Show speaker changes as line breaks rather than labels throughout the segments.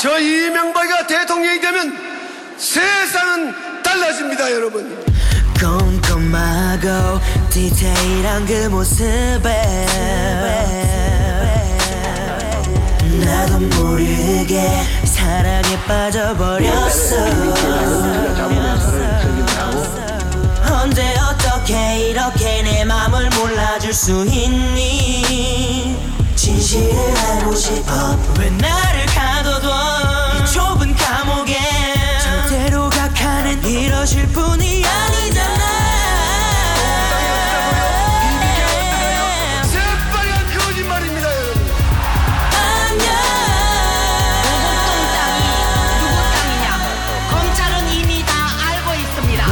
저 이명박이가 대통령이 되면 세상은 달라집니다, 여러분.
꼼꼼하고 디테일한 그 모습에 나도 모르게 사랑에 빠져버렸어 언제 어떻게 이렇게 내 맘을 몰라줄 수 있니 진실을 알고 싶어 왜 나를 가둬둬 이 좁은 감옥에 절대로 각하는 이러실 분이 아니잖아
새빨간 그 거짓말입니다, 여러분.
누구 땅이냐? 검찰은 이미 다 알고 있습니다.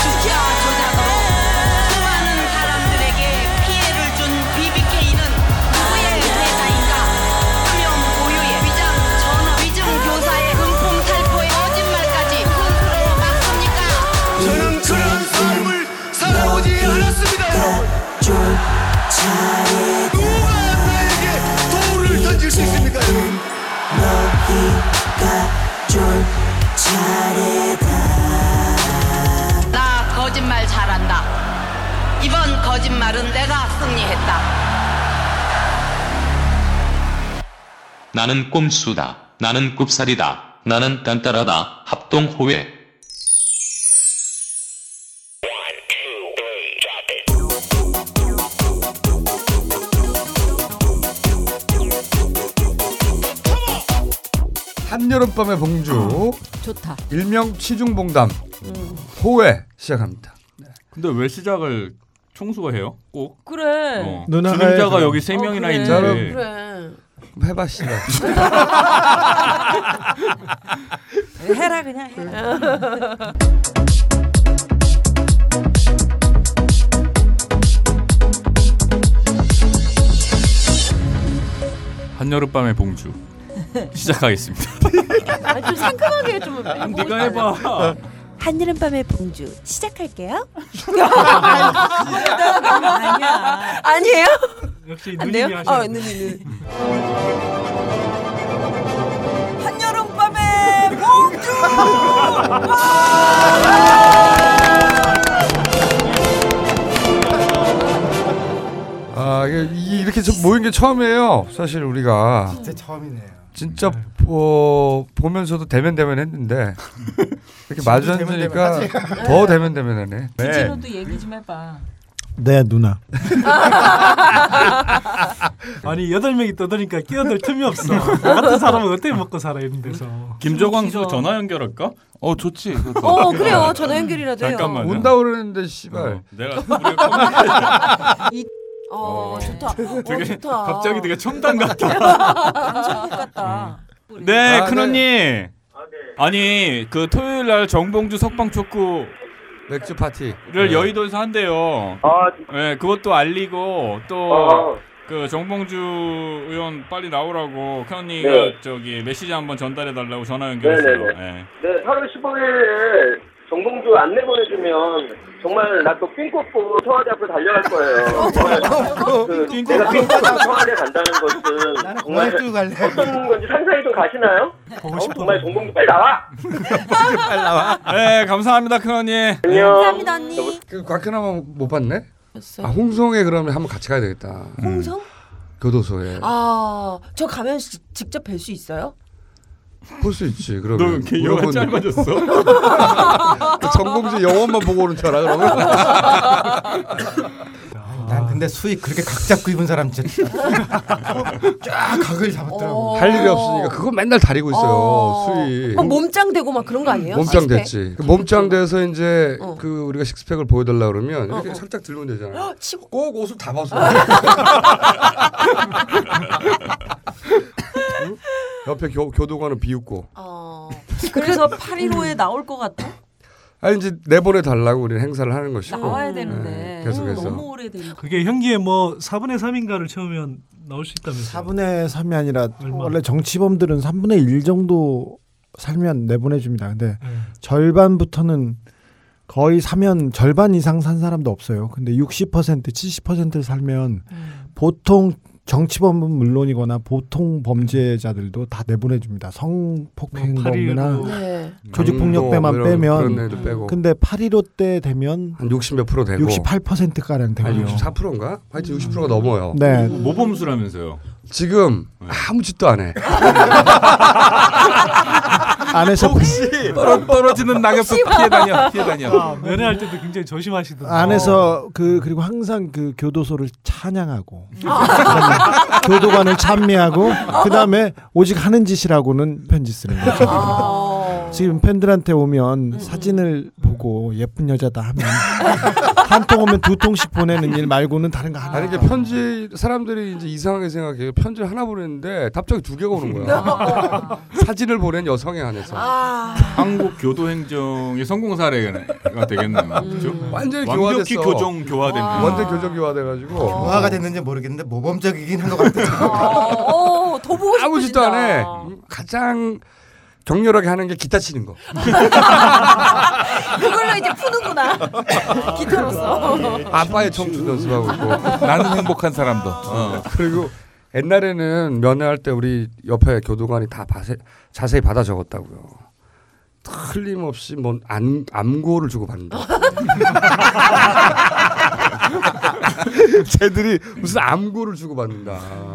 주저 조작으로 수많은 사람들에게 피해를 준 BBK는 누구의 회사인가? 하명 고유의 위장 전업 위증 교사의 금품 살포의 거짓말까지 스스로 막습니까?
저는 그런 삶을 살아오지 않았습니다, 여러분.
차례
누가 나에게 돌을 던질 수 있습니까, 여러분?
너희가 쫄 차례다
나 거짓말 잘한다. 이번 거짓말은 내가 승리했다.
나는 꼼수다. 나는 꼽살이다. 나는 딴따라다. 합동호회.
한여름밤의 봉주
좋다.
일명 취중봉담 호회 시작합니다.
근데 왜 시작을 총수가 해요? 꼭?
그래.
어.
누나가
진행자가
해서.
여기 세
어,
명이나
그래.
저는-
있는데
그래.
해봤시다.
해라 그냥. 해라.
한여름밤의 봉주 시작하겠습니다.
아, 좀 상큼하게 좀.
네가 해봐.
한여름밤의 봉주 시작할게요.
아니야.
아니에요?
역시
안 돼요? 어, 눈이 눈.
한여름밤에 봉주.
아 이게 이- 이렇게 저- 모인 게 처음이에요. 사실 우리가
제 처음이네요.
진짜 보, 보면서도 대면 대면 했는데 이렇게 마주
지금도 대면
앉으니까 더 대면 대면하네.
진호도 얘기 좀 해봐.
네 누나.
아니 여덟 명이 떠드니까 끼어들 틈이 없어. 나 같은 사람은 어떻게 먹고 살아 이런 데서.
김조광 수
싫어.
전화 연결할까? 어 좋지. 그것도.
어 그래요. 전화 연결이라도 해요.
아, 잠깐만요.
온다 그러는데
어,
씨발
내가 우리가 컴퓨터-
어 좋다. 어,
되게
좋다. 아,
갑자기 되게 첨단 같다.
방송국 같다.
네,
아, 네.
큰언니. 아니 그 토요일 날 정봉주 석방촉구를
맥주 파티.
여의도에서 한대요.
네. 아,
네, 그것도 알리고 또
어.
그 정봉주 의원 빨리 나오라고 큰언니가
네.
저기 메시지 한번 전달해 달라고 전화 연결했어요.
네네네.
네.
네, 8월 15일에 정봉주 안내 보내주면 정말 나 또 삥 꽂고 청와대 앞으로 달려갈 거예요. 정말 그 내가 삥 꽂고 청와대 간다는 것은 정말
그
오늘 또 갈래.
어떤 건지 상상이 좀 가시나요?
보고
어,
싶어.
정말 정봉주 빨리 나와!
네, 감사합니다, 큰언니.
안녕.
감사합니다 언니.
그 곽현아만 못 봤네. 아 홍성에 그러면 한번 같이 가야 되겠다.
홍성?
교도소에
아, 저 가면 시, 직접 뵐 수 있어요?
볼 수 있지.
너
그러면
이렇게 영화
물어보는-
짧아졌어?
그 전공지 영원만 보고 오는 줄 알아 그러면.
난 근데 수익 그렇게 각 잡고 입은 사람 진짜 쫙 각을 잡았더라고.
어.
할 일이 없으니까 그거 맨날 다리고 있어요.
어.
수위.
막 몸짱 되고 막 그런 거 아니에요?
몸짱
식스팩?
됐지. 그 몸짱 돼서 이제
어.
그 우리가 식스팩을 보여달라 그러면 이렇게
어, 어.
살짝 들면 되잖아. 요
치고
꼭 옷을 다 벗어. 응? 옆에 교, 교도관은 비웃고.
어. 음.
그래서 815에 나올 것 같아.
아니 이제 내보내 달라고 우리는 행사를 하는 것이고.
아,
나와야 되는데.
네, 계속해서.
너무 오래된.
그게 현기에 뭐 4분의 3인가를 채우면 나올 수 있다면서.
4분의 3이 아니라
얼마?
원래 정치범들은 3분의 1 정도 살면 내보내줍니다. 근데
네.
절반부터는 거의 사면
음.
절반 이상 산 사람도 없어요. 근데 60% 70%를 살면 보통
정치범은 물론이거나 보통 범죄자들도 다 내보내줍니다. 성폭행
뭐
범죄나
팔일오. 네.
조직폭력배만
강도,
빼면
뭐 그런 애들 빼고.
근데 8.15 때 되면
한 60 몇 프로 되고
68%가량
아니
되고요.
64%인가? 하여튼 60%가 넘어요.
네.
모범수라면서요.
지금 아무 짓도 안 해.
안에서
떨어, 떨어지는 낙엽도 피해 다녀. 피해
아,
다녀.
연애할 때도 굉장히 조심하시던데.
안에서 그 그리고 항상 그 교도소를 찬양하고 그다음에 교도관을 찬미하고 그다음에 오직 하는 짓이라고는 편지 쓰는 거죠. 지금 팬들한테 오면 사진을 보고 예쁜 여자다 하면 한 통 오면 두 통씩 보내는 일 말고는 다른 거 하나.
아니 이게 편지 사람들이 이제 이상하게 생각해요. 편지를 하나 보냈는데 답장이 두 개가 오는 거야. 사진을 보낸 여성에 한해서.
아.
한국 교도 행정의 성공 사례가 되겠네요.
음.
그렇죠?
완전히
완벽히
교화됐어.
교정 교화된.
완전 교정 교화돼가지고.
아,
화가 됐는지 모르겠는데 모범적이긴 한 것 같아요.
어, 더 보고 싶어진다.
아무 짓도 안 해. 음, 가장 격렬하게 하는 게 기타 치는 거.
그걸로 이제 푸는구나.
네.
기타로서.
네.
아빠의 청춘 연습하고 있고.
나는 행복한 사람도. 어.
그리고 옛날에는 면회할 때 우리 옆에 교도관이 다 바세, 자세히 받아 적었다고요. 틀림없이 뭔 안, 암고를 주고 받는다. 쟤들이 무슨 암고를 주고 받는다.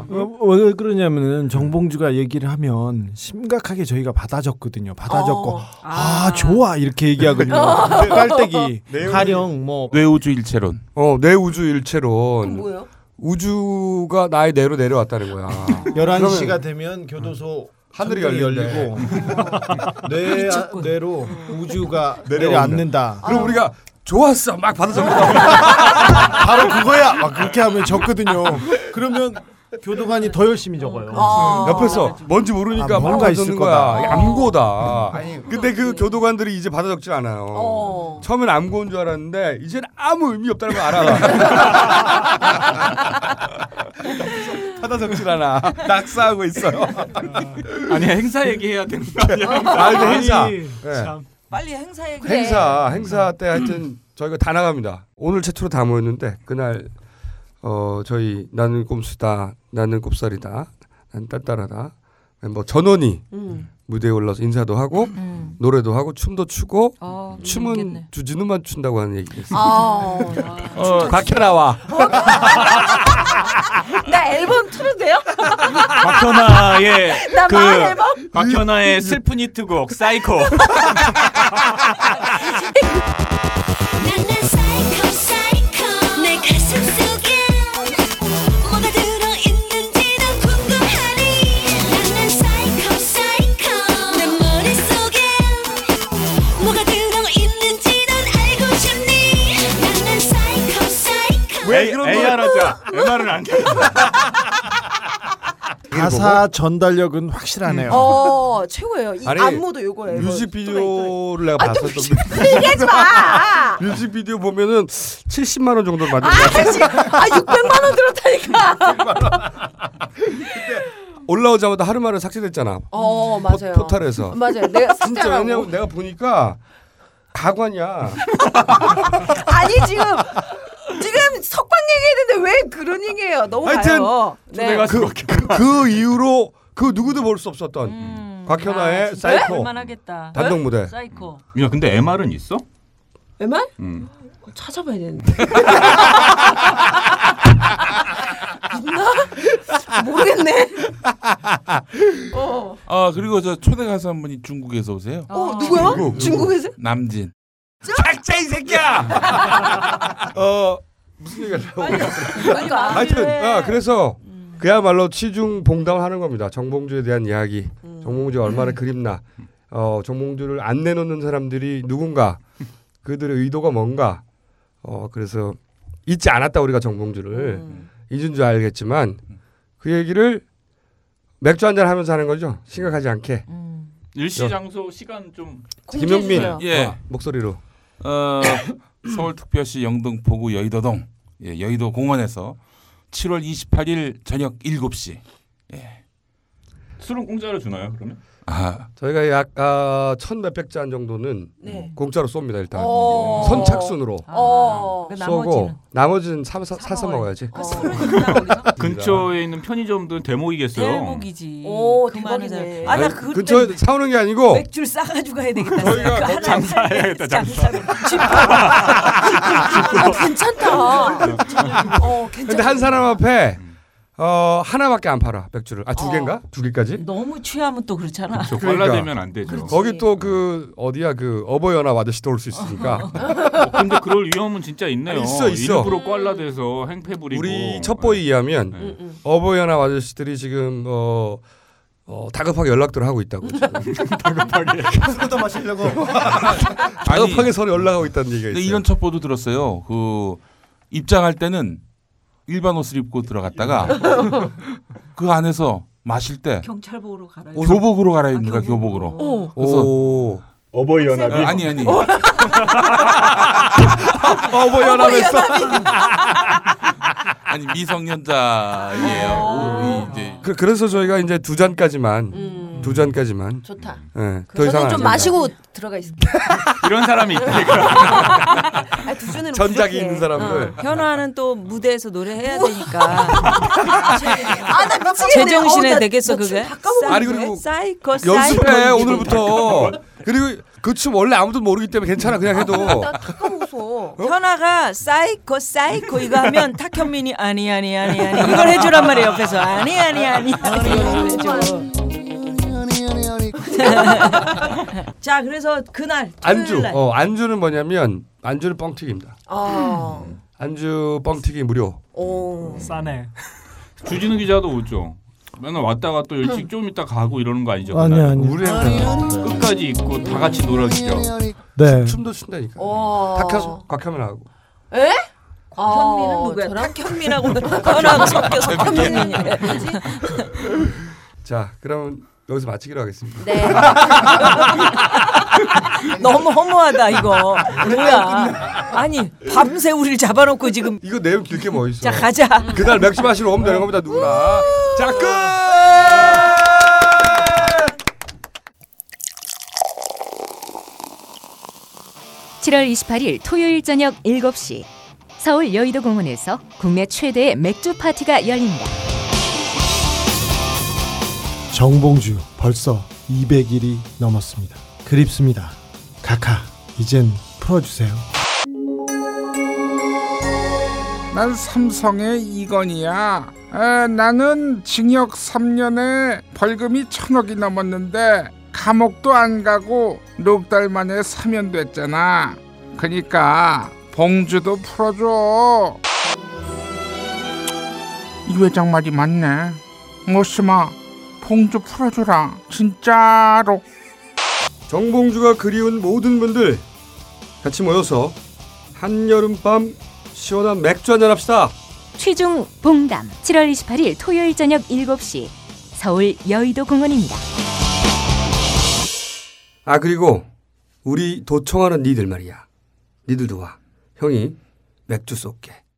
어, 왜 그러냐면은 정봉주가 얘기를 하면 심각하게 저희가 받아줬거든요. 받아줬고
어.
아, 좋아 이렇게 얘기하거든요. 깔때기 가령 뭐
뇌우주 일체론.
어, 내 우주 일체론.
뭐예요?
우주가 나의 뇌로 내려왔다는 거야.
11시가 되면 교도소
하늘이
창문이
열린대.
뇌 뇌로 우주가
내려온다.
내려앉는다.
그럼 우리가 좋았어 막 받아서
바로 그거야. 막 그렇게 하면 적거든요. 그러면 교도관이 더 열심히 적어요.
옆에서 뭔지 모르니까
아,
막
뭔가 있을
받는 거야.
거다.
이게 암고다.
아니,
근데 그 교도관들이 이제 받아 적질 않아요. 처음엔 암고인 줄 알았는데 이제는 아무 의미 없다는 걸 알아. 받아 적질 않아. 낙사하고 있어요.
아니 행사 얘기해야 되는 거 아니야?
아, 이거 행사.
아니,
예.
참.
빨리 행사
네.
얘기.
네. 행사 행사 때 하여튼 저희가 다 나갑니다. 오늘 최초로 다 모였는데 그날 어 저희 나는 꼼수다 나는 꼽살이다 난 딸딸하다 멤버 전원이
음.
무대에 올라서 인사도 하고
음.
노래도 하고 춤도 추고
어,
춤은 주진우만 춘다고 하는 얘기 있어요.
아,
어, 곽현아와
나 앨범 틀어도 돼요?
박현아의
나
그
마을 앨범?
박현아의 슬픈 히트곡 사이코.
내 가슴 속에 뭐가 들어있는지도 궁금하니 나는 사이코 사이코 내 머릿속에 뭐가 들어있는지도 알고 싶니 나는 사이코 사이코
왜 그런 거야? 하자. MR은 안 돼.
가사 전달력은 확실하네요.
어 최고예요. 이
아니,
안무도 요거예요.
뮤직비디오를 내가
아, 네, 뭐 또
봤었던
얘기하지 마.
뮤직비디오 보면은 70만 원 정도 받는
아,
거
씨, 아 600만 원 들었다니까.
올라오자마자 하루 만에 삭제됐잖아.
어 맞아요.
포탈에서.
맞아요. 내가
진짜
숫자라고.
왜냐면 내가 보니까 가관이야.
아니 지금 지금 석방 얘기했는데 왜 그런 얘기예요? 너무
하여튼
가요.
그, 그, 그 이후로 그 누구도 볼 수 없었던
음.
곽현아의 사이코
만하겠다.
단독 무대.
그 사이코.
야 근데 MR은 있어?
MR?
음.
찾아봐야 되는데. 있나? 모르겠네. 어.
아 그리고 저 초대 가수 한 분이 중국에서 오세요.
어, 누구요?
중국.
중국에서?
남진.
작자 이 새끼야. 어 무슨 얘기를 하고
그러니까.
하여튼 아, 그래서
음.
그야말로 치중 봉담하는 겁니다. 정봉주에 대한 이야기.
음.
정봉주가 얼마나 그립나. 어, 정봉주를 안 내놓는 사람들이 누군가. 그들의 의도가 뭔가. 어, 그래서 잊지 않았다 우리가 정봉주를
음.
잊은 줄 알겠지만 그 얘기를 맥주 한잔 하면서 하는 거죠. 심각하지 않게.
음.
일시
여-
장소 시간 좀
김용민
아,
예.
어, 목소리로.
어, 서울특별시 영등포구 여의도동 예, 여의도 공원에서 7월 28일 저녁 7시 예.
술은 공짜로 주나요 그러면?
저희가 약아 천몇백 잔 정도는
네.
공짜로 쏩니다 일단
어.
선착순으로
아,
어. 그
쏘고 나머지는 사, 사, 사서 먹어야지.
근처에 있는 편의점들은 대목이겠어요.
대목이지.
오,
그 많은 사람.
대박이네.
아, 나
아니,
그때
근처에 사오는 게 아니고
맥주를 싸가지고 가야 되겠다. 그
저희가
하나 그
장사해야겠다 장사.
아, 괜찮다. 어, 괜찮다.
어. 근데 한 사람 앞에
음.
어 하나밖에 안 팔아 맥주를 아 두 개인가 두 개까지?
어. 너무 취하면 또 그렇잖아.
그렇죠.
관라되면 안 되죠. 그러니까. 그렇지. 음.
거기 또 그 어디야 그 어버연합 아저씨도 올 수 있으니까
어, 근데 그럴 위험은 진짜
아,
있네요.
있어, 있어.
일부러 꽐라돼서 행패 부리고.
우리
네.
첩보에 의하면
음,
어버연합 아저씨들이 지금 어, 어 다급하게 연락들을 하고 있다고 지금. 다급하게
소다 마시려고.
다급하게 서로 연락하고 있다는 얘기가
근데
있어요.
이런 첩보도 들었어요. 그 입장할 때는 일반 옷을 입고 들어갔다가 그 안에서 마실 때 어,
경찰복으로 갈아입
교복으로 갈아입는다 교복으로. 어.
오.
그래서
어버이
연합이?
아니 아니.
어버이 연합했어.
아니
아.
미성년자예요. 이 이제
그, 그래서 저희가 이제 두 잔까지만 두 잔까지만
좋다.
예, 더
저는
이상
좀 마시고 들어가 있을게요.
이런 사람이 있다.
아, 두 주는
전작이 있는 사람들.
어. 현아는 또 무대에서 노래해야 되니까
아나 미치겠네.
제정신에 아, 되겠어 그게?
아니, 그리고
사이코 사이코
연습해 오늘부터 그리고 그 춤 원래 아무도 모르기 때문에 괜찮아 그냥 해도 어?
현아가 사이코 사이코 이거 하면 탁현민이 아니 아니 아니 아니 이걸 해주란 말이에요 옆에서 아니 아니 아니 자 그래서 그날
안주
토요일날.
어 안주는 뭐냐면 안주는 뻥튀기입니다
아.
안주 뻥튀기 무료
오.
싸네.
주진우 기자도 오죠. 맨날 왔다가 또
음.
일찍 좀 있다 가고 이러는 거 아니죠?
아니,
그날?
아니.
우리 회사는 끝까지 있고 다 같이 놀아주죠.
네.
춤도 춘다니까
오.
탁현 곽현민 하고
에?
현민은 누구야?
저랑
탁현민하고 어, 현아하고 섞여서
재밌겠네.
탁현민이래
자 그럼 여기서 마치기로 하겠습니다
네.
너무 허무하다 이거 뭐야 아니 밤새 우리를 잡아놓고 지금
이거 내용 길게 뭐 있어
자 가자
그날 맥주 마시러 오면 되는 겁니다 누구나 자 끝.
칠월 28일 토요일 저녁 7시 서울 여의도 공원에서 국내 최대의 맥주 파티가 열립니다.
정봉주 벌써 200일이 넘었습니다. 그립습니다. 카카 이젠 풀어주세요.
난 삼성의 이건희야. 에, 나는 징역 3년에 벌금이 천억이 넘었는데 감옥도 안 가고 6달 만에 사면됐잖아. 그니까 봉주도 풀어줘. 이 회장 말이 맞네. 모시마 봉주 풀어줘라. 진짜로.
정봉주가 그리운 모든 분들 같이 모여서 한여름밤 시원한 맥주 한잔 합시다
취중 봉담 7월 28일 토요일 저녁 7시 서울 여의도 공원입니다.
아 그리고 우리 도청하는 니들 말이야 니들도 와 형이 맥주 쏠게